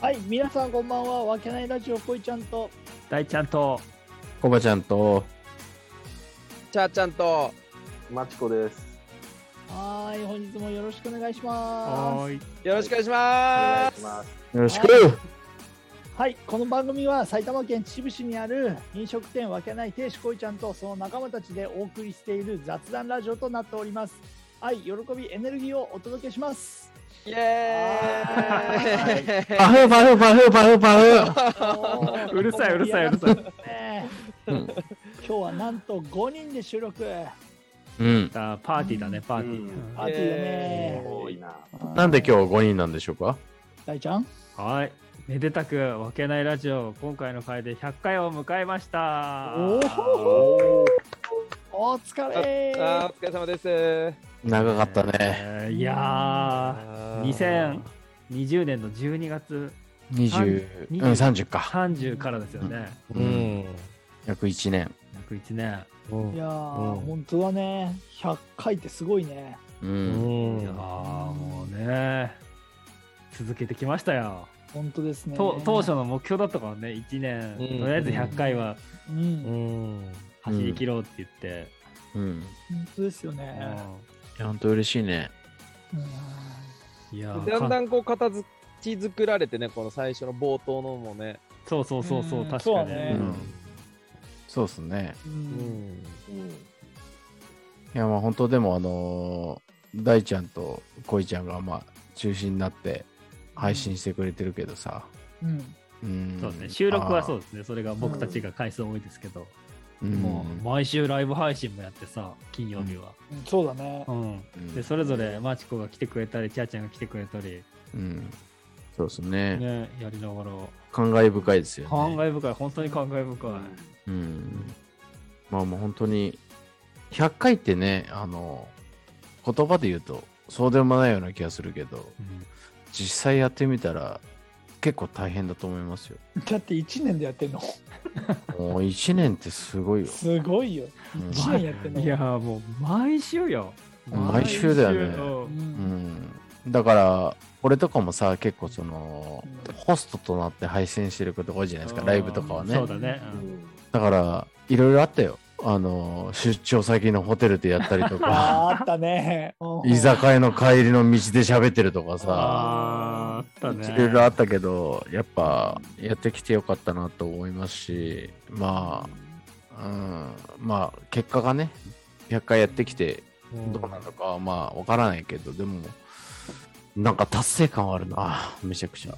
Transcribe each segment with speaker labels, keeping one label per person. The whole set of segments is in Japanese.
Speaker 1: はい、皆さんこんばんは。わけないラジオ、こいちゃんと。
Speaker 2: 大ちゃんと
Speaker 3: コバちゃんと、
Speaker 4: ちゃーちゃんと、
Speaker 5: マチコです。
Speaker 1: はーい、本日もよろしくお願いしま
Speaker 2: い
Speaker 4: よろしくお願いし
Speaker 5: お願
Speaker 4: ま
Speaker 5: い
Speaker 4: す。
Speaker 5: します。
Speaker 3: よろしく
Speaker 1: す。はい、この番組は埼玉県秩父市にある飲食店わけない亭主こいちゃんとその仲間たちでお送りしている雑談ラジオとなっております。愛、喜び、エネルギーをお届けします。
Speaker 4: イエーイ
Speaker 3: パフパフパフパフパフ
Speaker 2: うるさいうるさいうるさい。
Speaker 1: ね
Speaker 3: うん
Speaker 1: 今日はなんと5人で収録。
Speaker 3: うん。
Speaker 2: あーパーティーだねパーティー、
Speaker 5: うん
Speaker 1: パーティーだね。
Speaker 5: 多いな。
Speaker 3: なんで今日5人なんでしょうか
Speaker 1: 大ちゃん
Speaker 2: はいめでたくわけないラジオ今回の回で100回を迎えました
Speaker 1: お
Speaker 2: ー
Speaker 1: お疲れ
Speaker 4: あーお疲れ様です。
Speaker 3: 長かったね。
Speaker 2: えーいや
Speaker 4: あ
Speaker 2: ー2020年の12月
Speaker 3: 20、うん、
Speaker 2: 20
Speaker 3: 30か。
Speaker 2: 30からですよね、
Speaker 3: う。
Speaker 4: うんん。
Speaker 3: 約1年。
Speaker 2: 約1年、
Speaker 1: いやー、
Speaker 4: うん
Speaker 1: 本当だね。100回ってすごいね。
Speaker 3: う。
Speaker 4: うん
Speaker 2: いやー
Speaker 4: ん。
Speaker 2: もうね続けてきましたよ、
Speaker 1: 本当ですね。
Speaker 2: と当初の目標だったからね1年、
Speaker 4: うん
Speaker 2: とりあえず100回は
Speaker 1: うん、
Speaker 4: うん。
Speaker 2: 走り切ろうって言って、
Speaker 3: うん。
Speaker 1: 本当ですよ
Speaker 2: う
Speaker 1: ね。
Speaker 2: ん
Speaker 3: いやほんと嬉しいね。
Speaker 1: うん
Speaker 2: いやー
Speaker 4: だんだんこう、形作られてね、この最初の冒頭のもね。
Speaker 2: そうそうそうそう
Speaker 1: うん
Speaker 2: 確
Speaker 1: そう
Speaker 2: か
Speaker 1: だ
Speaker 2: に、
Speaker 3: う
Speaker 1: ね
Speaker 3: ん。そうっすね。
Speaker 1: う
Speaker 4: うんん。
Speaker 5: うん。
Speaker 3: いや、まあ本当でもあのー大ちゃんと恋ちゃんがまあ中心になって配信してくれてるけどさ。
Speaker 1: うん
Speaker 3: うん。
Speaker 2: そうですね収録はそう
Speaker 3: う。
Speaker 2: ですねそれが僕たちが回数多いですけど、
Speaker 3: うん。
Speaker 2: もう毎週ライブ配信もやってさ金曜日は、
Speaker 1: うんそうだね
Speaker 2: う。ん
Speaker 3: うん
Speaker 2: でそれぞれマチコが来てくれたりちゃーちゃんが来てくれたり、
Speaker 3: うん。そうですね。
Speaker 2: ね、やりながら
Speaker 3: 感慨深いですよね。
Speaker 2: 感慨深い本当に感慨深い、
Speaker 3: うん。まあもう本当に、100回ってね、あの、言葉で言うと、そうでもないような気がするけど、
Speaker 2: うん
Speaker 3: 実際やってみたら、結構大変だと思いますよ。
Speaker 1: だって1年でやってんの。
Speaker 3: もう1年ってすごいよ。
Speaker 1: すごいよ。
Speaker 3: うん
Speaker 1: 1年やってんの。
Speaker 2: いやーもう毎週よ
Speaker 3: 毎週だよね
Speaker 2: 毎週
Speaker 1: う
Speaker 2: の
Speaker 3: うんん。だから、俺とかもさ、結構その
Speaker 1: うん、
Speaker 3: ホストとなって配信してることが多いじゃないですか、
Speaker 2: うん
Speaker 3: ライブとかはね。
Speaker 2: そうだね、
Speaker 3: だから、いろいろあったよ。あの、出張先のホテルでやったりとか。
Speaker 1: あーあったね。うん
Speaker 3: 居酒屋の帰りの道で喋ってるとかさ、
Speaker 2: あああったね
Speaker 3: いろいろあったけど、やっぱやってきてよかったなと思いますし、まあ、うん、まあ、結果がね、100回やってきてどうなのかはまあ、わからないけど、でも、なんか達成感はあるな、めちゃくちゃ。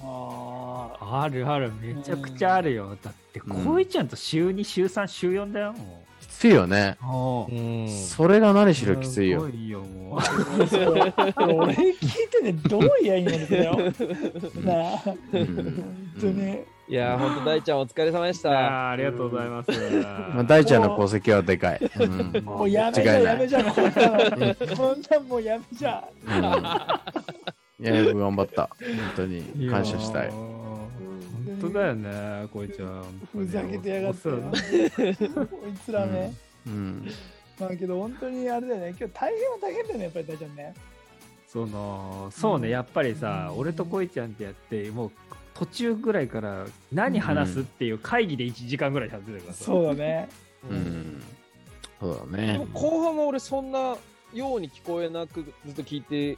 Speaker 1: あ
Speaker 2: あるあるめちゃくちゃあるよ、だって
Speaker 3: うん
Speaker 2: こいちゃんと週2週3週4だよも
Speaker 3: きついよね。
Speaker 2: うも
Speaker 4: うん。
Speaker 3: それが何
Speaker 2: う
Speaker 3: しろきつい
Speaker 2: す
Speaker 3: よ。
Speaker 2: ごいよもう
Speaker 1: ーそう俺聞いててどう言えばいいんだよ。なあ
Speaker 3: うん
Speaker 1: 本当に。
Speaker 4: いやー、ほんと大ちゃんお疲れ様でし
Speaker 2: い
Speaker 4: た。
Speaker 2: やーありがとうございます、
Speaker 3: まあ、大ちゃんの功績はでかい。うん
Speaker 1: もうやめじ
Speaker 3: 間
Speaker 1: ゃ
Speaker 3: 違いない
Speaker 1: やめじゃこんなんこんなんもうやめじゃ。
Speaker 3: うん、いや、よく頑張った。本当に感謝したい
Speaker 2: やー。本
Speaker 5: うん
Speaker 2: 当だよねこいちゃん
Speaker 1: ふざけてやがって。
Speaker 2: そ
Speaker 1: こ
Speaker 2: う
Speaker 1: いつらね。
Speaker 3: うん。
Speaker 1: まあけど本当にあれだよね。今日大変は大変だよね、やっぱり大ちゃんね。
Speaker 2: そのそうねやっぱりさ俺とこいちゃんってやってもう途中ぐらいから何話すっていう会議で1時間ぐらい喋ってたからさ
Speaker 1: そうだね。
Speaker 3: う
Speaker 4: うん
Speaker 3: ん。そうだ
Speaker 4: で
Speaker 3: ね
Speaker 4: も。後半は俺そんなように聞こえなくずっと聞いてる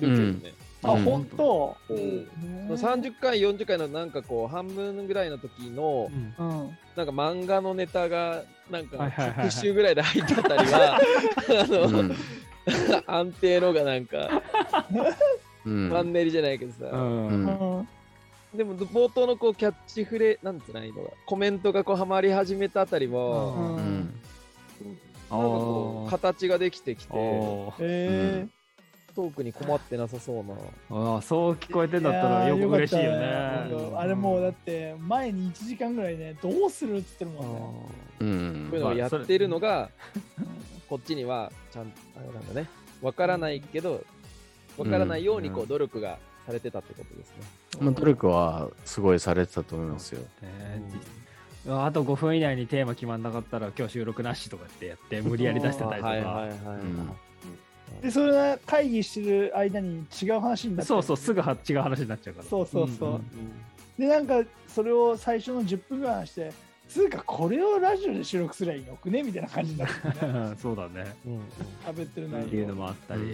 Speaker 4: けどね。
Speaker 1: あ、
Speaker 3: うん
Speaker 1: 本当。
Speaker 4: うん
Speaker 1: ね
Speaker 4: 30回40回のなんかこう半分ぐらいの時の
Speaker 2: うん
Speaker 1: うん。
Speaker 4: なんか漫画のネタがなんか
Speaker 2: はいはいはいはい
Speaker 4: 1週ぐらいで入ってたり は
Speaker 3: う
Speaker 4: あの、
Speaker 3: ん。
Speaker 4: 安定のがなんか
Speaker 3: うん
Speaker 4: マンネリじゃないけど
Speaker 2: う
Speaker 4: さ、
Speaker 2: ん
Speaker 3: うん
Speaker 1: うん
Speaker 4: でも冒頭のこうキャッチフレなんつうのああいうのがコメントがこうはまり始めたあたり
Speaker 2: うん
Speaker 4: も、
Speaker 3: うん
Speaker 2: あ
Speaker 4: なんかこう
Speaker 2: ー
Speaker 4: 形ができてきて
Speaker 2: おー
Speaker 1: え
Speaker 4: トークに困ってなさそうな。
Speaker 2: ああそう聞こえて
Speaker 1: え。
Speaker 2: んだった
Speaker 1: い
Speaker 2: ら
Speaker 1: や
Speaker 2: よ
Speaker 1: ー
Speaker 2: く嬉しいよ
Speaker 1: か
Speaker 2: ね
Speaker 1: った本当あれもうだって前に1時間ぐらいね、どうするっつってる
Speaker 2: あ
Speaker 1: も
Speaker 3: う。
Speaker 4: こういうんのをやってるのが、 こっちにはちゃんあれなんだねわからないけどわからないようにこ
Speaker 2: う
Speaker 4: うん努力がされてたってことですね。
Speaker 3: まあ、努力はすごいされてたと思いますよ。
Speaker 2: ね実あと5分以内 にテーマ決まんなかったら今日収録なしとかってやって無理やり出してたりと
Speaker 4: はいはい
Speaker 2: か
Speaker 4: はい。
Speaker 3: うん
Speaker 1: でそれが会議してる間に違う話になって
Speaker 2: そうそう、すぐは違う話になっちゃうから。
Speaker 1: そうそうそう、
Speaker 2: んん
Speaker 1: でなんかそれを最初の10分ぐらい話してつうかこれをラジオで収録すりゃいいのくねみたいな感じになってるね
Speaker 2: そうだね。
Speaker 4: うんうん
Speaker 1: 喋ってる内
Speaker 2: っ
Speaker 1: 容
Speaker 2: ていうのもあったり。
Speaker 1: う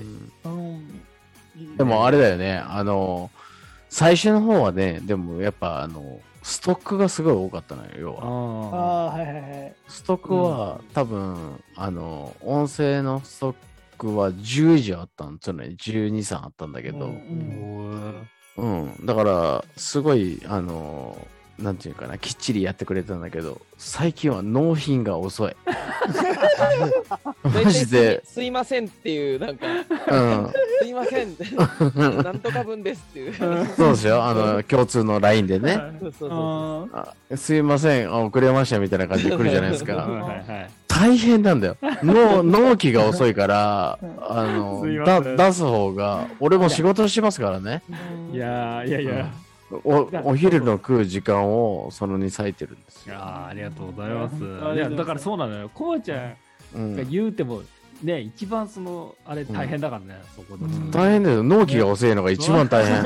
Speaker 1: んいいね
Speaker 3: でもあれだよね、あの、最初の方はね、でもやっぱあの、ストックがすごい多かったのよ、要は。
Speaker 1: あ
Speaker 2: ああ。
Speaker 1: あはいはいはい
Speaker 3: ストックは、多分、あの、音声のストックは10以上あったんつうのね、12、3あったんだけど、
Speaker 1: う
Speaker 2: お
Speaker 1: ん
Speaker 2: ー
Speaker 3: うん、だから、すごい、あの、なんていうかな、きっちりやってくれたんだけど、最近は納品 が遅い。マジで、
Speaker 4: すいませんっていう、なんか、
Speaker 3: うん、
Speaker 4: すいません、なんとか分ですっていう。そう
Speaker 3: そうですよ、あの、共通の LINE でね、
Speaker 4: そうそうそう
Speaker 1: あ
Speaker 3: あすいませんあ、遅れましたみたいな感じで来るじゃないです
Speaker 2: は
Speaker 3: か。
Speaker 2: いはいはい。
Speaker 3: 大変なんだよ。脳、納期が遅いから、あの
Speaker 2: すい、ませ
Speaker 3: だ
Speaker 2: ん
Speaker 3: 出す方が、俺も仕事してますからね。
Speaker 1: ー
Speaker 2: いやーいやいや。
Speaker 3: お、お昼の食う時間をそのに割いてるんです
Speaker 2: い
Speaker 3: よ。
Speaker 2: やーありがとうございます。
Speaker 1: うん
Speaker 2: いやだからそうなのよ。コバちゃ
Speaker 3: うん
Speaker 2: が
Speaker 3: ん。
Speaker 2: 言うてもね一番そのあれ大変だからね、そこで。
Speaker 1: うん
Speaker 3: 大変だよ。納期が遅いのが一番大変。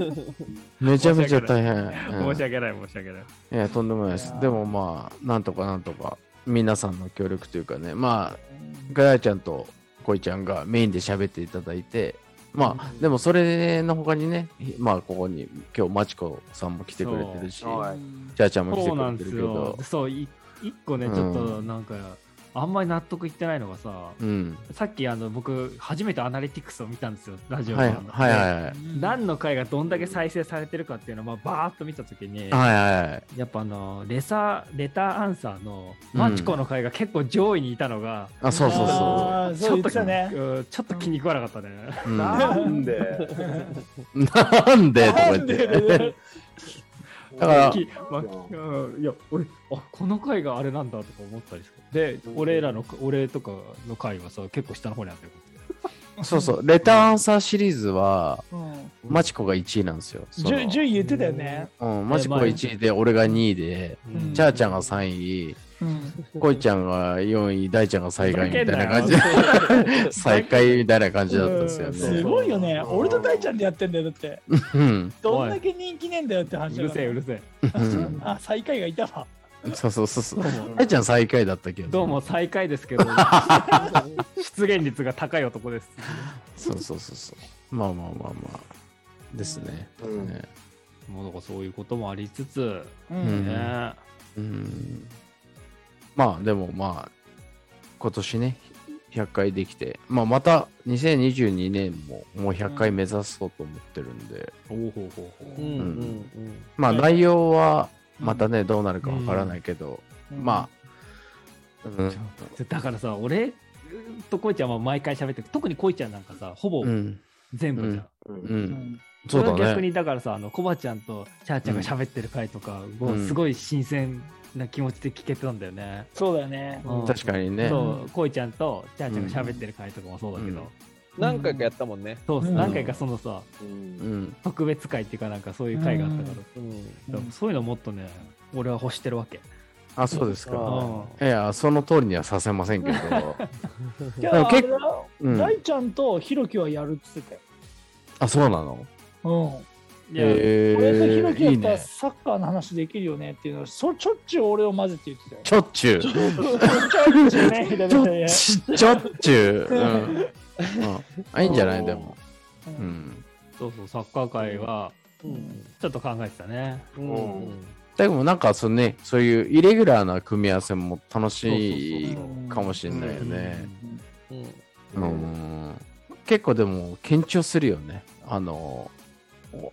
Speaker 3: めちゃめちゃ大変。うん
Speaker 2: 申し訳ない申し訳ない。
Speaker 3: いや、とんでもないです
Speaker 1: いや。ー
Speaker 3: でもまあ、なんとかなんとか、皆さんの協力というかね、まあ、ガヤちゃんとコイちゃんがメインで喋っていただいて、まあ、でもそれの他にね、まあ、ここに今日、マチコさんも来てくれてるし、チ
Speaker 5: そうはい
Speaker 3: ャーちゃんも来て
Speaker 2: そう
Speaker 3: く
Speaker 2: なん
Speaker 3: れて
Speaker 2: で
Speaker 3: る
Speaker 2: す
Speaker 3: けど
Speaker 2: よ、。そうい一個ねち
Speaker 3: う
Speaker 2: ょ
Speaker 3: ん
Speaker 2: っとなんか、あんまり納得いってないのがさ、
Speaker 3: うん。
Speaker 2: さっきあの僕初めてアナリティクスを見たんですよラジオの。
Speaker 3: はいはいはいはい。
Speaker 2: 何の回がどんだけ再生されてるかっていうのを、まあ、バーッと見たときに、
Speaker 3: はいはいはい。
Speaker 2: やっぱあのレサレターアンサーのマチコの回が結構上位にいたのが、
Speaker 3: あ、そうそうそ
Speaker 1: あーそう言ってたね
Speaker 2: うんちょっと気に食わなかったね。
Speaker 3: う。うん
Speaker 5: なんで
Speaker 3: なんでとか言っ
Speaker 1: なん
Speaker 3: て。
Speaker 1: でね
Speaker 3: だから
Speaker 2: きまうんいや俺あこの回があれなんだとか思ったりしてで俺らの俺とかの回はさ結構下の方にあったよ
Speaker 3: そうそう。レターアンサーシリーズは、
Speaker 1: うん
Speaker 3: マチコが1位なんですよ。その
Speaker 1: 順順位言ってたよね
Speaker 3: うん、マチコが1位で、俺が2位で、
Speaker 1: うん
Speaker 3: チャーちゃんが3位、
Speaker 1: うん
Speaker 3: コイちゃんが4位、大ちゃんが最下位みたいな感じ
Speaker 2: ふ。
Speaker 3: 最下位みたいな感じだったんですよ
Speaker 1: うん
Speaker 3: ね
Speaker 1: す。ごいよね
Speaker 5: うん
Speaker 1: 俺と大ちゃんでやってんだよだって
Speaker 3: うん
Speaker 1: どんだけ人気ねえんだよって話
Speaker 2: う
Speaker 1: だ
Speaker 2: る
Speaker 1: か
Speaker 2: せえ
Speaker 1: ら
Speaker 2: うるせえ
Speaker 3: うん
Speaker 1: あ最下位がいたわ
Speaker 3: そうそうそうそう。
Speaker 2: どうも
Speaker 3: 大ちゃん最下位だったけど。
Speaker 2: どうも。最下位です けど出現率が高い男です
Speaker 3: そうそうそうそう。まあまあまあまあ。ですね。
Speaker 5: うん
Speaker 3: ね
Speaker 2: もうなんかそういうこともありつつ、
Speaker 1: う
Speaker 3: うん
Speaker 2: ね
Speaker 3: うん。まあでもまあ、今年ね、100回できて、まあまた2022年ももう100回目指そうと思ってるんで、
Speaker 2: おうほうほうほう
Speaker 4: うんうん
Speaker 3: まあ内容はまたね、どうなるかわからないけど、まあ、うん。
Speaker 2: だからさ俺とこいちゃんは毎回喋ってる特にこいちゃんなんかさほぼ
Speaker 3: うん。
Speaker 2: 全部じゃん、
Speaker 3: うん
Speaker 5: う
Speaker 3: うん。
Speaker 1: うんん
Speaker 3: そ
Speaker 2: れは
Speaker 3: うだ
Speaker 2: 逆
Speaker 3: ね。
Speaker 2: にだからさあのコバちゃんとチャーちゃんが喋ってる回とか、
Speaker 3: ん
Speaker 2: もうすごい新鮮な気持ちで聞けてたんだよね、
Speaker 1: そうだよね
Speaker 2: うん
Speaker 3: 確かにね。
Speaker 2: そうこいちゃんとチャーちゃんが喋ってる回とかもそうだけど、
Speaker 3: うん
Speaker 4: 何回かやったもんね。
Speaker 2: そうそう
Speaker 1: うん
Speaker 2: 何回かそのさ
Speaker 5: うん
Speaker 3: うん。
Speaker 2: 特別回っていうかなんかそういう回があったから、
Speaker 4: うん
Speaker 2: だからそういうのもっとね俺は欲してるわけ、
Speaker 3: あ、そうですか。
Speaker 4: あ
Speaker 3: いや、その通りにはさせませんけど。
Speaker 1: いや
Speaker 3: でも結構
Speaker 1: あれだ
Speaker 3: うん、
Speaker 1: 大ちゃんとひろきはやるっつってたよ
Speaker 3: あ、そうなの
Speaker 1: うん
Speaker 2: いや
Speaker 3: へ
Speaker 1: 俺とひろきだ
Speaker 3: いい
Speaker 1: ったら
Speaker 3: ね。
Speaker 1: サッカーの話できるよねっていうのをそちょっちゅう俺を混ぜて言ってたよ
Speaker 3: ちょっちゅう。ちょ
Speaker 1: ちょっちゅうねみたいな
Speaker 3: っちゅう。ちょっちゅう。うん。うんあ、いいんじゃないでも。
Speaker 1: う
Speaker 3: うんん。
Speaker 2: そうそうサッカー界は
Speaker 1: うん
Speaker 2: ちょっと考えてたね、
Speaker 4: うん
Speaker 3: でもなんか、そのね、そういうイレギュラーな組み合わせも楽しい
Speaker 2: そうそう
Speaker 1: そう
Speaker 3: かもしれないよね。
Speaker 4: うん
Speaker 3: うん。うん結構でも、緊張するよね。あの、お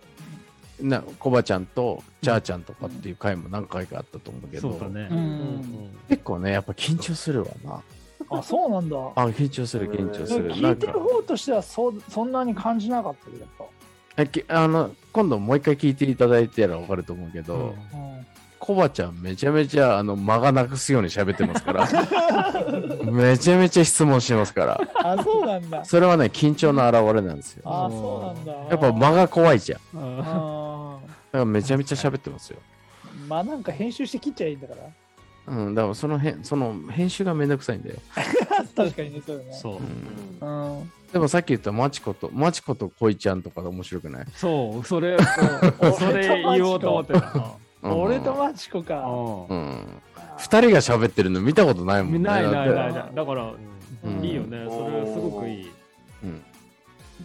Speaker 3: なコバちゃんとチャーちゃんとかっていう回も何回かあったと思うけ
Speaker 2: そ
Speaker 3: ど、
Speaker 2: うだね、
Speaker 1: う
Speaker 4: うんん
Speaker 3: 結構ねやっぱ緊張するわな
Speaker 1: あそうなんだ
Speaker 3: あ緊張する緊張する
Speaker 1: 聞
Speaker 3: ないん
Speaker 1: て
Speaker 3: か
Speaker 1: る方としてはそそんなに感じなかったけどやっ
Speaker 3: あきあの今度もう一回聞いていただいたら分かると思うけ
Speaker 2: う
Speaker 3: ど
Speaker 2: ん
Speaker 1: ぱ、うん
Speaker 3: コバちゃんめちゃめちゃあの間がなくすように喋ってますから めちゃめちゃ質問しますから
Speaker 1: あそうなん だ
Speaker 3: それはね緊張の表れなんですよ
Speaker 1: あそうなんだ
Speaker 3: やっぱ間が怖いじゃん
Speaker 2: う
Speaker 3: だ
Speaker 2: ん
Speaker 1: あ
Speaker 3: からめちゃめちゃ喋ってますよ
Speaker 1: ーまあなんか編集して切っちゃいいんだから
Speaker 3: うん、だからその辺、その編集がめんどくさいんだよ。
Speaker 1: 確かにね、そうよね。
Speaker 2: そうう。
Speaker 3: ん、
Speaker 1: うん
Speaker 3: でもさっき言ったマチコと、マチコとコイちゃんとか面白くない、
Speaker 2: そう、そ れ、そうそれ言おうと思ってた。
Speaker 3: うん
Speaker 1: 俺とマチコか。
Speaker 2: う
Speaker 3: うん。
Speaker 1: あー
Speaker 3: 二人が喋ってるの見たことないもんね。
Speaker 2: ん。ないない
Speaker 3: だ
Speaker 2: な
Speaker 3: って
Speaker 2: いない。だから、
Speaker 3: うん
Speaker 2: いいよね。それはすごくいい。
Speaker 3: うん。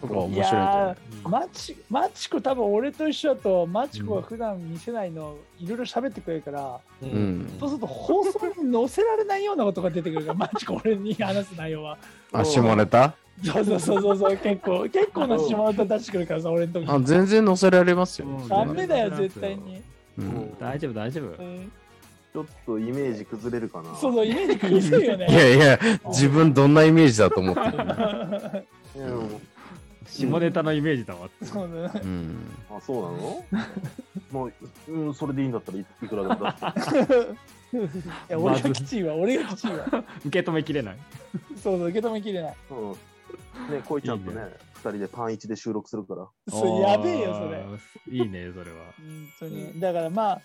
Speaker 3: とか面白いんじゃない
Speaker 2: うん
Speaker 1: マチマチコ多分俺と一緒だとマチコが普段見せないのいろいろ喋ってくれるから、
Speaker 4: うん
Speaker 3: うん
Speaker 1: そうすると放送に載せられないようなことが出てくるから マチコ俺に話す内容は
Speaker 3: あ、下ネタ
Speaker 1: そうそうそうそうそう結構結構な島歌出してくるからさ俺の時
Speaker 3: あ全然載せられますよ。
Speaker 2: うん
Speaker 1: ダメだよ絶対に、
Speaker 3: うん
Speaker 2: 大丈夫、大丈
Speaker 1: う
Speaker 2: 夫。
Speaker 1: ん、
Speaker 5: ちょっとイメージ崩れるかな。
Speaker 1: そうそうイメージ崩せるよ
Speaker 3: い
Speaker 1: ね
Speaker 3: やいや、自分どんなイメージだと思ってる
Speaker 5: うん
Speaker 2: 下ネタのイメージだわ。
Speaker 1: そうだ ね
Speaker 3: うん。
Speaker 5: あ、そうなのもう、うん、それでいいんだったらいいくらでも出して。
Speaker 1: いや俺がきちいわ俺がきちいわ
Speaker 2: 受け止めきれない。
Speaker 1: そうそう受け止めきれない
Speaker 5: うん。ね、こいちゃんと
Speaker 2: いい
Speaker 5: ね
Speaker 2: ね、
Speaker 5: 二人でパン一で収録するから。
Speaker 1: そうやべえよそれ
Speaker 2: れ。いいね、それは。
Speaker 1: 本当にだからまあ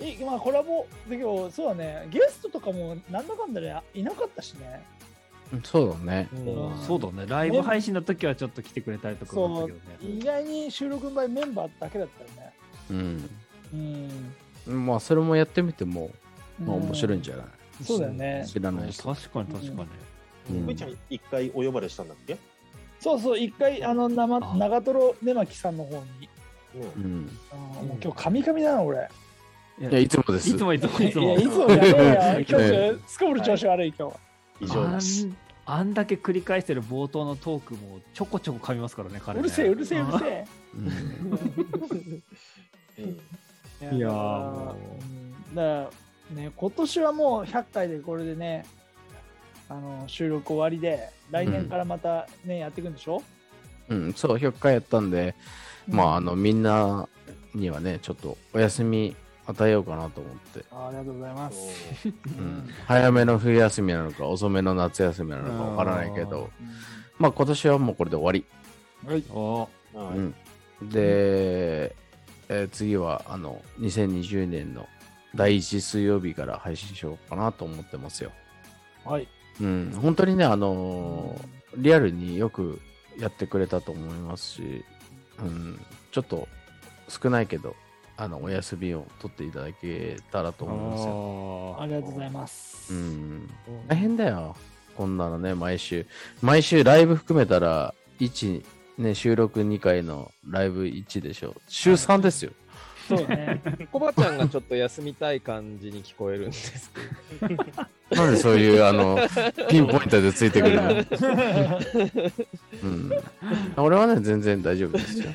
Speaker 1: えまあコラボだけどそうだねゲストとかもなんだかんだでいなかったしね
Speaker 3: そうだね。
Speaker 1: うん
Speaker 2: そうだね。ライブ配信の時はちょっと来てくれたりとかもあったけど
Speaker 1: 意
Speaker 2: ね。
Speaker 1: 外に収録の場合メンバーだけだったよね
Speaker 3: うん。
Speaker 1: うん、
Speaker 3: まあ、それもやってみても、まあ、面白いんじ
Speaker 1: ゃ
Speaker 3: ゃない
Speaker 1: そうだよね
Speaker 3: 知らない人。
Speaker 2: 確かに確かに。
Speaker 3: うん
Speaker 6: ふいちゃん一回お呼ばれしたんだっけ
Speaker 1: そうそう一回あの生
Speaker 2: あ
Speaker 1: 長瀞根巻さんの方に
Speaker 5: ね
Speaker 3: うん。
Speaker 1: あーもう今日カミカミだな俺
Speaker 3: い や、いつもです。
Speaker 2: いつもいつもい
Speaker 1: い
Speaker 2: つ
Speaker 1: や
Speaker 2: も
Speaker 1: い。つもやべえ や今日
Speaker 3: ええ
Speaker 1: すこぶる調子悪い今日
Speaker 6: 以上
Speaker 2: あん
Speaker 6: です。
Speaker 2: あんだけ繰り返してる冒頭のトークもちょこちょこ噛みますからね、彼ね
Speaker 1: うるせえうるせえうるせ
Speaker 3: うん
Speaker 6: うん
Speaker 1: え
Speaker 2: いやー
Speaker 1: だから
Speaker 2: も
Speaker 1: うんだからね今年はもう100回でこれでねあの収録終わりで来年からまたね、やっていくんでしょ
Speaker 3: うん、そう、100回やったんで、まあ、あの、みんなにはね、ちょっとお休み与えようかなと思って。
Speaker 1: あありがとうございます
Speaker 3: うん、早めの冬休みなのか遅めの夏休みなのかわからないけどまあ今年はもうこれで終わり、
Speaker 2: お
Speaker 6: は
Speaker 3: う
Speaker 6: い
Speaker 3: んで、えー次はあの2020年の第1水曜日から配信しようかなと思ってますよ、
Speaker 1: はい
Speaker 3: うん、本当にねあのーリアルによくやってくれたと思いますし、うん、ちょっと少ないけどあのお休みを取っていただけたらと思いますよ
Speaker 1: あ
Speaker 2: あ
Speaker 1: りがとうございます、
Speaker 3: うん大変だよ。こんなのね、毎週。毎週ライブ含めたら、1、ね、収録2回のライブ1でしょ。週3ですよ。
Speaker 1: そうだね
Speaker 4: コバちゃんがちょっと休みたい感じに聞こえるんですけど
Speaker 3: なんでそういう、あの、ピンポイントでついてくるの、うん、俺はね、全然大丈夫ですよ。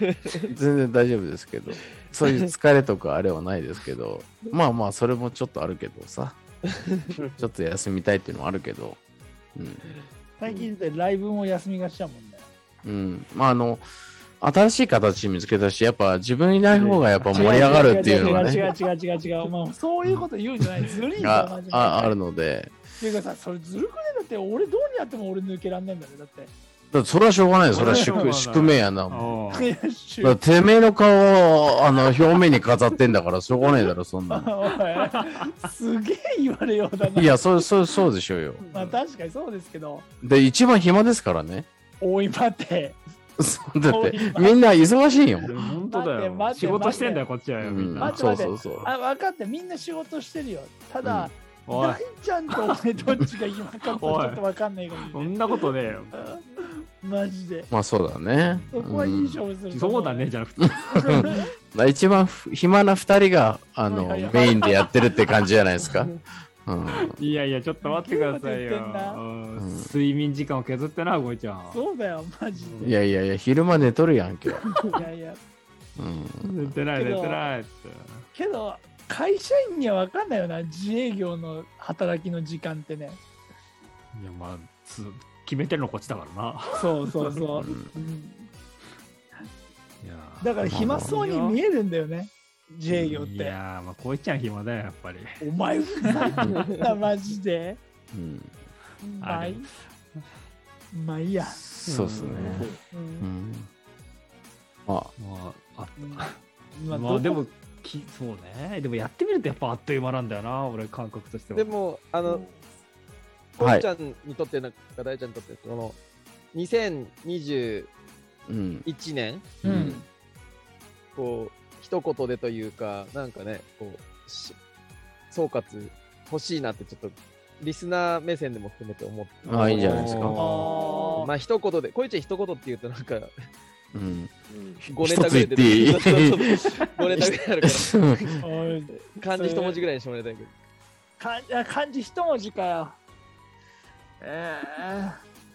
Speaker 3: 全然大丈夫ですけど。そういう疲れとかあれはないですけど、まあまあ、それもちょっとあるけどさ。ちょっと休みたいっていうのもあるけど。うん
Speaker 1: 最近でライブも休みがちだもんね
Speaker 3: うん。まあ、あの、新しい形見つけたし、やっぱ自分いない方がやっぱ盛り上がるっていうのが
Speaker 1: 違う
Speaker 3: ね、
Speaker 1: 違う違う違う違う違うまあそういうこと言うんじゃないずるいよ
Speaker 3: あ
Speaker 1: マジで
Speaker 3: ああるので、
Speaker 1: っていうかさそれずるくねだって俺どうにやっても俺抜けらんねえんだよだって
Speaker 3: だってそれはしょうがないよそれは
Speaker 2: それはしょうが
Speaker 3: 宿
Speaker 2: ない
Speaker 3: 宿命やな。だ
Speaker 2: あ
Speaker 1: いやしゅ
Speaker 3: からてめえの顔をあの表面に飾ってんだから、しょうがないだろ、そん なの。
Speaker 1: おいすげえ言われようだない
Speaker 3: や、そう、そう、そうでしょうよ。
Speaker 1: まあ確かにそうですけど
Speaker 3: で、一番暇ですからね。
Speaker 1: 大い待って
Speaker 3: そう だって、みんな忙しいよ。
Speaker 2: 本当だ
Speaker 1: 待って待
Speaker 2: よ
Speaker 1: って
Speaker 2: 仕事してんだよこっちは
Speaker 3: う
Speaker 2: よみん
Speaker 3: ん
Speaker 2: な、
Speaker 1: 待、って
Speaker 3: そう
Speaker 1: 待って
Speaker 3: そうそう。
Speaker 1: あ分かってみんな仕事してるよただ、
Speaker 2: おい
Speaker 1: 大ちゃんと 俺どっちが今かったかちょっと分かんないかもしれ
Speaker 2: そ
Speaker 1: ない
Speaker 2: んなことねえよ
Speaker 1: うんマジで
Speaker 3: まあそうだね。
Speaker 1: そこはいい勝負すると思
Speaker 2: そうだねじゃなくて
Speaker 3: うん一番ふ暇な二人が、あの、
Speaker 1: はいはいはい
Speaker 3: メインでやってるって感じじゃないですか。うん。
Speaker 2: いやいやちょっと待ってください
Speaker 1: いい
Speaker 2: よ
Speaker 1: こと言ってんな
Speaker 2: うん睡眠時間を削ってなゴイちゃん
Speaker 1: そうだよマジ
Speaker 3: いやいやいや、昼間寝とるやんけ。
Speaker 1: でいやいや
Speaker 3: うん。
Speaker 2: 寝てない
Speaker 1: け
Speaker 2: 寝
Speaker 1: ど
Speaker 2: てないって
Speaker 1: けど会社員には分かんないよな自営業の働きの時間ってね
Speaker 2: いやまあつ決めてるのこっちだからな
Speaker 1: そうそうそう
Speaker 3: うん
Speaker 1: うん
Speaker 2: いやー
Speaker 1: だから暇そうに見えるんだよね自営業っ
Speaker 2: い
Speaker 1: て
Speaker 2: やーまあゴイちゃん暇だよやっぱり
Speaker 1: お前ふざけん なマジで
Speaker 3: うん
Speaker 1: まあいいまあいいや、
Speaker 3: そうっすね。
Speaker 1: う
Speaker 3: うんん。まあ、
Speaker 2: まああ
Speaker 1: うん
Speaker 2: ま
Speaker 1: まあ
Speaker 2: あ
Speaker 1: どこ
Speaker 2: でもきそうねでもやってみるとやっぱあっという間なんだよな俺感覚としては
Speaker 4: でも、あの、こ
Speaker 3: はいう
Speaker 4: ちゃんにとってなんか、大ちゃんにとって、この、2021
Speaker 3: うん。
Speaker 4: 年、
Speaker 1: うん
Speaker 4: こう、一言でというか、なんかね、こう、し総括欲しいなって、ちょっと、リスナー目線でも含めて思って、
Speaker 3: まあいいんじゃないですか。
Speaker 1: あ
Speaker 4: まあ、一言で、こいちゃん一言って言うと、なん か、
Speaker 3: うん。
Speaker 4: 5ネタぐらいで、
Speaker 3: 一つ 言っていい
Speaker 4: 5ネタぐらいあるから、
Speaker 1: ー
Speaker 4: 漢字一文字ぐらいにしてもらいたいけど。
Speaker 1: かあ漢字一文字かよえ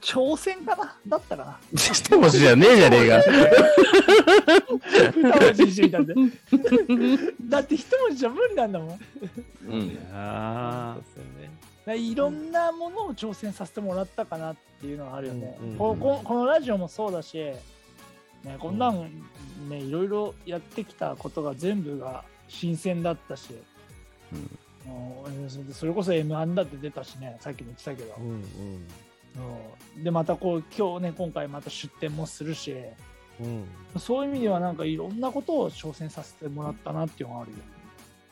Speaker 1: ー、挑戦かなだったかな
Speaker 3: してほしいじゃねえじゃねえか。
Speaker 1: 二文字にしてみたんで だって一文字じゃ無理なんだもん
Speaker 3: うん。
Speaker 2: あ
Speaker 4: そうですよね。
Speaker 1: いろんなものを挑戦させてもらったかなっていうのはあるよね、
Speaker 4: うんうん
Speaker 1: こここのラジオもそうだし、ね、こんなん、ね、いろいろやってきたことが全部が新鮮だったし、
Speaker 3: うん
Speaker 1: うんそれこそ m 1だって出たしねさっきも言ってたけど、
Speaker 4: うん
Speaker 1: うんでまたこう今日ね今回また出店もするし
Speaker 4: うん。うん。
Speaker 1: そういう意味ではなんかいろんなことを挑戦させてもらったなっていうのがあるよ、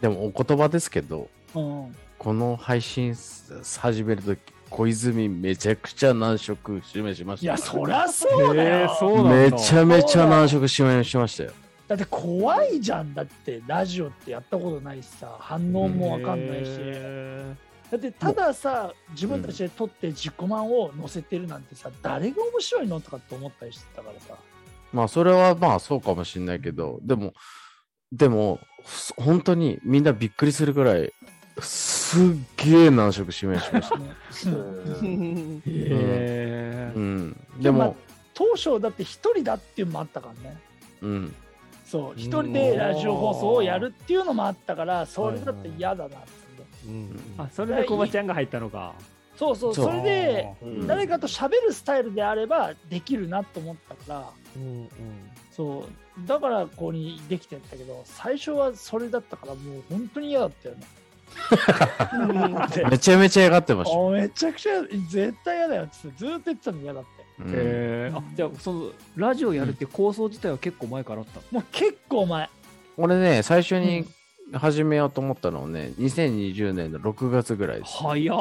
Speaker 3: でもお言葉ですけど、
Speaker 1: うん
Speaker 3: この配信す始めるとき、小泉めちゃくちゃ難色示しまし
Speaker 1: い
Speaker 3: た
Speaker 1: や
Speaker 3: か
Speaker 1: そりゃそうだよ、
Speaker 2: へーそう
Speaker 3: ら。
Speaker 2: なんだ
Speaker 3: めちゃめちゃ難色示しましたよ。
Speaker 1: だって怖いじゃんだってラジオってやったことないしさ反応
Speaker 2: あ
Speaker 1: もわかんないし、
Speaker 2: へ
Speaker 1: だってたださ自分たちで撮って自己満を載せてるなんてさ、誰が面白いのとかって思ったりしてたからさ
Speaker 3: まあそれはまあそうかもしれないけど、でも、でも、す本当にみんなびっくりするぐらい、すっげえ難色示しました。
Speaker 1: うん
Speaker 2: ーへー
Speaker 3: うん。
Speaker 1: で
Speaker 3: で
Speaker 1: も
Speaker 3: も、
Speaker 1: 当初だって一人だっていうのもあったからね
Speaker 3: うん。
Speaker 1: そう一人でラジオ放送をやるっていうのもあったからそれだって嫌だなって、
Speaker 4: うん
Speaker 2: あそれでコバちゃんが入ったのか
Speaker 1: そうそう
Speaker 3: そう
Speaker 1: それで
Speaker 3: うん
Speaker 1: 誰かと喋るスタイルであればできるなと思ったから
Speaker 4: うん
Speaker 1: そうだからここにできてったけど最初はそれだったからもう本当に嫌だったよね
Speaker 3: めちゃめちゃ嫌がってました。
Speaker 1: あめちゃくちゃ絶対嫌だよっつってずーっと言ってたの嫌だって
Speaker 3: うん
Speaker 2: へーあじゃあそのラジオやるっていう構想自体は結構前からあったの
Speaker 1: もう結構 前
Speaker 3: 俺ね、最初に始めようと思ったのはね、2020年の6月ぐらいです。
Speaker 2: 早っ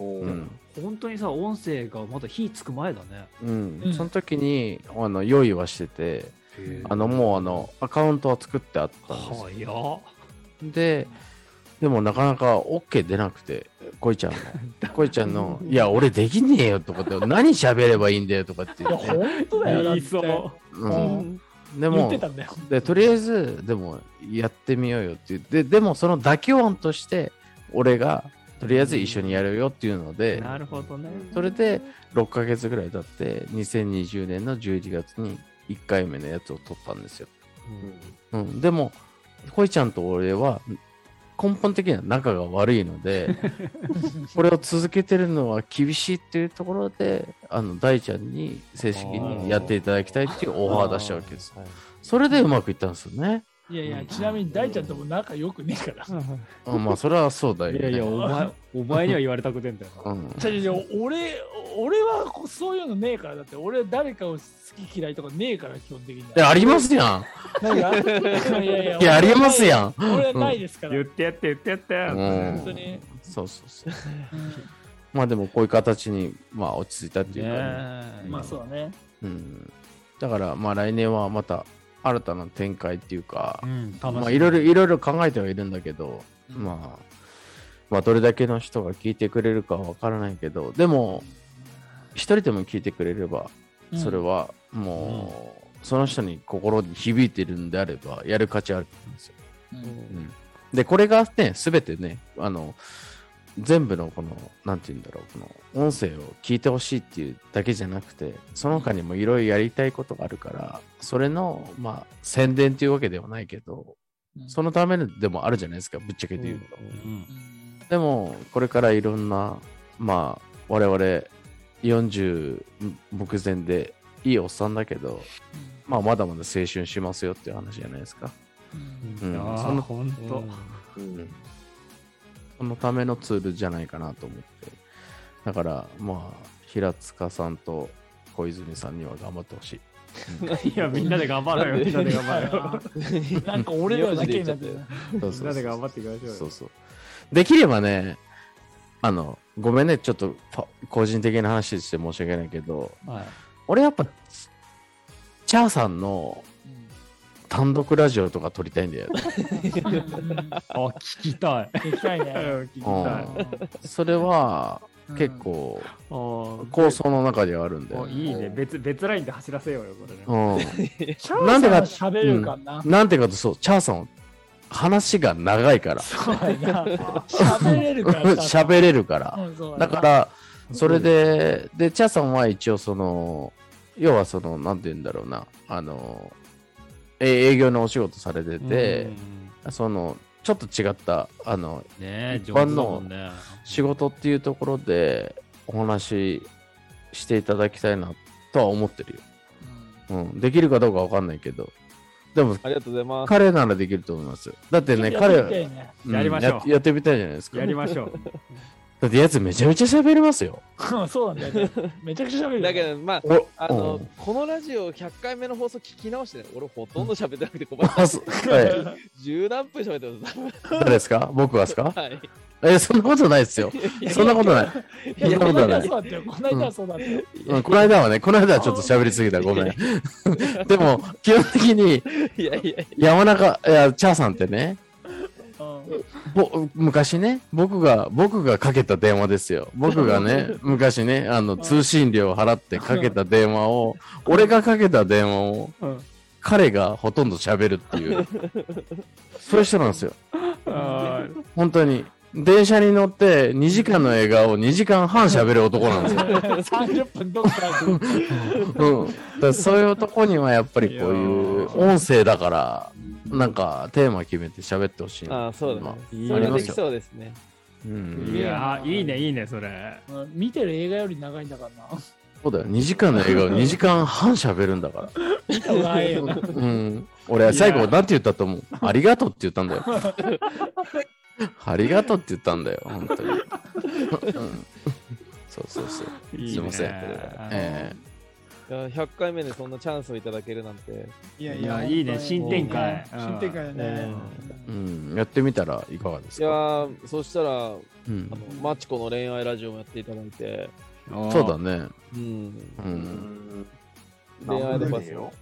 Speaker 6: お
Speaker 3: う
Speaker 6: ー
Speaker 3: ん。
Speaker 2: 本当にさ音声がまだ火つく前だね
Speaker 3: うん
Speaker 1: うん
Speaker 3: その時に、あの、用意はしてて、あの、もうあの、アカウントは作ってあったんですよ
Speaker 2: 早っ
Speaker 3: で、でもなかなか OK 出なくて、こいちゃんの。こいちゃんの、いや、俺できねえよとかって、何喋ればいいんだよとかって
Speaker 1: いや
Speaker 3: 言って。
Speaker 1: 本当だよだっ
Speaker 2: 言
Speaker 1: て
Speaker 2: いそう
Speaker 3: うん、で
Speaker 1: 言っ
Speaker 3: も
Speaker 1: てたんだよ
Speaker 3: で、とりあえず、でもやってみようよって言って、でもその妥協案として、俺がとりあえず一緒にやるよっていうので、
Speaker 2: なるほどね
Speaker 3: それで6ヶ月ぐらい経って、2020年の11月に1回目のやつを撮ったんですよ。うん、でも、こいちゃんと俺は根本的には仲が悪い ので、これを続けてるのは厳しいっていうところで、あの大ちゃんに正式にやっていただきたいっていうオファー出したわけです。それでうまくいったんですよね。
Speaker 1: いやいやちなみに大ちゃんとも仲良くねえから
Speaker 3: うん、まあ、それはそうだよ、ね。
Speaker 2: いやいやお前 お前には言われたくてんだよ
Speaker 3: う。
Speaker 2: なん
Speaker 1: 違う違う俺俺はこうそういうのねえからだって俺誰かを好き嫌いとかねえから基本的に
Speaker 3: いやありますや
Speaker 1: なんかいやいや
Speaker 3: ん。いや、ありますやん。
Speaker 1: 俺はないですから、
Speaker 2: 言ってやって言ってやって
Speaker 3: う
Speaker 1: 本当
Speaker 3: ん
Speaker 1: に。
Speaker 3: そうそうそう。
Speaker 1: う
Speaker 3: まあ、でも、こういう形に、まあ、落ち着いたっていうかね、
Speaker 2: ね
Speaker 1: んまあそうだね
Speaker 3: うん。だから、まあ、来年はまた新たな展開っていうか
Speaker 2: う、ん楽し
Speaker 3: まあ、いろいろ、いろいろ考えてはいるんだけど、
Speaker 1: うん
Speaker 3: まあ、まあ、どれだけの人が聞いてくれるかはわからないけど、でも、一人でも聞いてくれれば、それはもう、その人に心に響いてるんであれば、やる価値あると思うんですよ。うんで、これがね、すべてね、あの、全部のこの、なんて言うんだろう、この音声を聞いてほしいっていうだけじゃなくて、その他にもいろいろやりたいことがあるから、それの、まあ、宣伝というわけではないけど、そのためでもあるじゃないですか、ぶっちゃけて言うと。
Speaker 2: うん
Speaker 3: でも、これからいろんな、まあ、我々、40目前で、いいおっさんだけど、まあ、まだまだ青春しますよっていう話じゃないですか。う
Speaker 2: い
Speaker 3: ん
Speaker 2: や
Speaker 3: その
Speaker 2: ーほんと
Speaker 6: うん
Speaker 3: そのためのツールじゃないかなと思って。だから、まあ、平塚さんと小泉さんには頑張ってほしい。
Speaker 2: いや、みんなで頑張ろうよ、みんなで頑張ろうよ。
Speaker 1: なんか俺らだけになってる。
Speaker 3: そう
Speaker 2: み
Speaker 3: そ
Speaker 2: ん
Speaker 3: う
Speaker 2: な
Speaker 3: そ
Speaker 2: で
Speaker 3: う
Speaker 2: 頑張っていきましょうよ。
Speaker 3: そうそう。できればね、あの、ごめんね、ちょっとパ個人的な話して申し訳ないけど、
Speaker 2: はい
Speaker 3: 俺やっぱ、チャーさんの単独ラジオとか撮りたいんだよ。
Speaker 2: あ、聞きたい。
Speaker 1: 行きたいね。
Speaker 2: 聞きたい。
Speaker 3: それは、
Speaker 1: うん
Speaker 3: 結構、
Speaker 2: あー
Speaker 3: 構想の中にはあるんだよ
Speaker 2: お。いいね別、別ラインで走らせようよ、これね。
Speaker 3: う
Speaker 1: チャーさんは喋れるかな。
Speaker 3: ん。なんていうかと、そう、チャーさんは、話が長いから。
Speaker 1: そうやな。喋れるから。
Speaker 3: 喋れるから。
Speaker 1: うんそうやな
Speaker 3: だから、それで、で、チャさんは一応その、要はその、なんて言うんだろうな、あの、え営業のお仕事されてて、その、ちょっと違った、あの、
Speaker 2: うん、ねえ、
Speaker 3: 一
Speaker 2: 上
Speaker 3: 般
Speaker 2: 手だ
Speaker 3: の
Speaker 2: もんね。
Speaker 3: 仕事っていうところでお話ししていただきたいなとは思ってるよ。うん。できるかどうかわかんないけど。でも、
Speaker 4: ありがとうございます。
Speaker 3: 彼ならできると思います。だってね、彼
Speaker 1: や
Speaker 3: は
Speaker 1: って、みたいね
Speaker 3: うん
Speaker 2: やりましょう
Speaker 3: ややってみたいじゃないですか
Speaker 2: や。りましょ う。
Speaker 3: だってやつめちゃめちゃ喋りますよ。
Speaker 1: うんそうなんだよね。めちゃくちゃ喋る。
Speaker 4: だけ、ど、まあ、
Speaker 3: お
Speaker 4: あの、
Speaker 3: うん
Speaker 4: このラジオ100回目の放送聞き直してね、俺ほとんど喋ってなくて、小
Speaker 3: あ
Speaker 4: 林さ
Speaker 3: そはい
Speaker 4: ん、十何分喋ってます。
Speaker 3: 誰ですか僕はですか
Speaker 4: はい。
Speaker 3: え、そんなことないですよ。そんなことない。
Speaker 1: いや
Speaker 3: そんな
Speaker 1: こ
Speaker 3: こ
Speaker 1: の
Speaker 3: とな
Speaker 1: 間そ
Speaker 3: い
Speaker 1: うだったよ。この間はそうだったよ。
Speaker 3: うんこの間はね、この間はちょっと喋りすぎた、ごめん。でも、基本的に
Speaker 4: いやいやい
Speaker 3: 山中、いや、チャーさんってね、
Speaker 1: うん
Speaker 3: ぼ昔ね、僕が、僕がかけた電話ですよ。僕がね、昔ね、あの、通信料を払ってかけた電話を、俺がかけた電話を、
Speaker 2: うん
Speaker 3: 彼がほとんど喋るっていう、そういう人なんですよ。
Speaker 2: あー
Speaker 3: 本当に。電車に乗って2時間の映画を2時間半喋る男なんですよ。
Speaker 1: 30分どっか行く
Speaker 3: うん、だからそういうとこにはやっぱりこういう音声だからなんかテーマ決めて喋ってほしい
Speaker 4: や。あ
Speaker 3: な
Speaker 4: あ、そうだね。
Speaker 3: い
Speaker 4: そ
Speaker 3: あ
Speaker 4: れは
Speaker 3: りま
Speaker 4: ですき
Speaker 3: よ、
Speaker 4: そうですね。
Speaker 3: うん、
Speaker 2: いやー、いいね、いいね、それ。
Speaker 1: うん見てる映画より長いんだからな。
Speaker 3: そうだよ2時間の映画を2時間半喋るんだから、
Speaker 1: 見たことないよな。
Speaker 3: うん、俺最後なんて言ったと思うありがとうって言ったんだよありがとうって言ったんだよ本当に、うん、そうそうそう
Speaker 2: いいね
Speaker 3: すいませんえ
Speaker 4: いや100回目でそんなチャンスをいただけるなんて。
Speaker 1: いや
Speaker 2: いやいいね新展開
Speaker 1: 新展開だね。
Speaker 3: えうん、やってみたらいかがです
Speaker 4: いや
Speaker 3: か、
Speaker 4: ー、そしたら、あ
Speaker 3: うん
Speaker 4: の、、マチコの恋愛ラジオもやっていただいて、
Speaker 3: そうだね、
Speaker 4: うん。
Speaker 3: う、
Speaker 5: うんん。
Speaker 4: 恋愛アドバイス
Speaker 5: よ。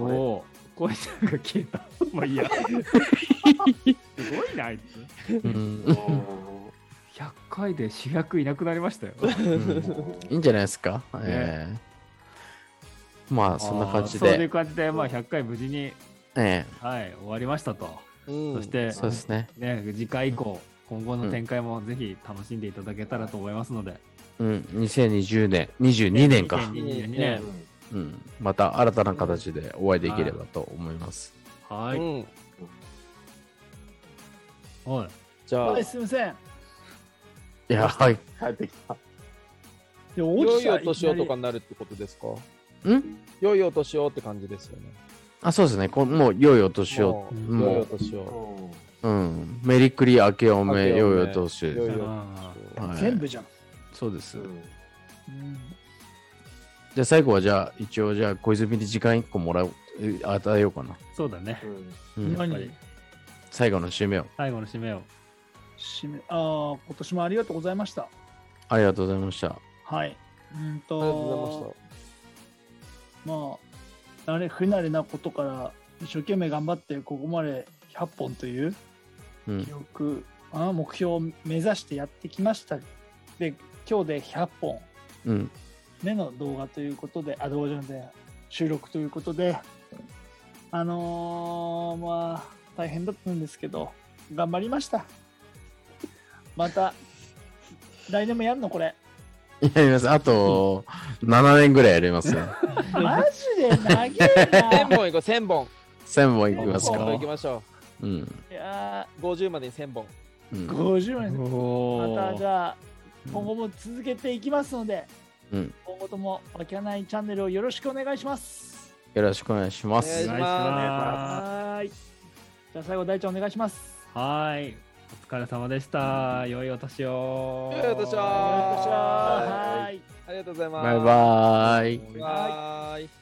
Speaker 2: おおー、声なんか消えた。まあいいや。すごいな、あいつ。
Speaker 3: うん
Speaker 2: 100回で主役いなくなりましたよ。
Speaker 3: いいんじゃないですか、ええまあそんな感じ
Speaker 2: あーそういう
Speaker 3: で、
Speaker 2: 感じで、まあ、100回無事に、
Speaker 3: え
Speaker 2: はい、終わりましたと。
Speaker 4: うん
Speaker 2: そして
Speaker 3: え、そうですね。
Speaker 2: ね、次回以降、今後の展開もぜひ楽しんでいただけたらと思いますので。
Speaker 3: うん、2020年、22年か、
Speaker 2: 2022
Speaker 4: う
Speaker 2: 年。
Speaker 3: うん、また新たな形でお会いできればと思います。
Speaker 2: は
Speaker 4: う
Speaker 2: い。
Speaker 4: ん。
Speaker 2: はい。
Speaker 4: じゃあ
Speaker 1: は、い、すみません。
Speaker 3: いや、はい。
Speaker 5: 帰ってきた。
Speaker 1: で、
Speaker 4: 良
Speaker 1: 大
Speaker 4: い
Speaker 1: きさ
Speaker 4: お年をとか
Speaker 1: い
Speaker 4: になるってことですか
Speaker 3: ん
Speaker 4: 良いお年をって感じですよね。
Speaker 3: あ、そうですね。こもう、良いお年を。
Speaker 4: も
Speaker 2: う
Speaker 4: う
Speaker 3: もう
Speaker 4: 良いお年を。
Speaker 3: うん。メリクリ明けおめ、
Speaker 4: 明けおめ
Speaker 3: 良いお年
Speaker 4: 良い
Speaker 3: は
Speaker 4: お
Speaker 2: あー
Speaker 3: い
Speaker 1: き全部じゃん。
Speaker 3: そうです。
Speaker 1: うん
Speaker 3: じゃあ、最後は、じゃあ、一応、じゃあ、小泉に時間1個もらう、え与えようかな。
Speaker 2: そうだね。
Speaker 3: うん
Speaker 2: やっぱ
Speaker 1: 何
Speaker 2: り
Speaker 3: 最後の締めを。
Speaker 2: 最後の締めを。
Speaker 1: 締めああ、今年もありがとうございました。
Speaker 3: ありがとうございました。
Speaker 1: はい。うんと、
Speaker 4: ありがとうございました。
Speaker 1: まあ、慣れ不慣れなことから一生懸命頑張ってここまで100本という
Speaker 3: うん
Speaker 1: 記。録、あー目標を目指してやってきました。で、今日で100本
Speaker 3: うん。
Speaker 1: 目の動画ということで、あ、動画じゃなくて収録ということで、あのーまあ、大変だったんですけど、頑張りました。また、来年もやるのこれ。
Speaker 3: やります。あと、7年ぐらいやりますよ。
Speaker 1: マジで長えな
Speaker 4: 1000 。本いこう、1000本。
Speaker 3: 1000本いきます
Speaker 1: そう
Speaker 4: 本
Speaker 3: か
Speaker 4: 行。きましょ
Speaker 3: うん。
Speaker 1: いや
Speaker 4: う。50までに1000本。
Speaker 3: う
Speaker 1: ー、
Speaker 3: ん。
Speaker 1: 50万です。
Speaker 2: お
Speaker 1: またじ
Speaker 2: ー
Speaker 1: ゃあ今後も続けていきますので、
Speaker 3: うん
Speaker 1: 今後ともわけないチャンネルをよろしくお願いします。
Speaker 3: よろしくお願いしま
Speaker 4: お願い
Speaker 3: す
Speaker 4: し。
Speaker 2: お願いし
Speaker 4: ま
Speaker 2: ます。
Speaker 1: はーい。じゃあ最後大ちゃんお願いします。
Speaker 2: はい。お疲れ様でした。良いお年を。
Speaker 4: 良いお年
Speaker 1: お願いしま
Speaker 4: を
Speaker 1: すはい。
Speaker 4: ありがとうございます。
Speaker 3: バイバーイ。
Speaker 4: バイバイ。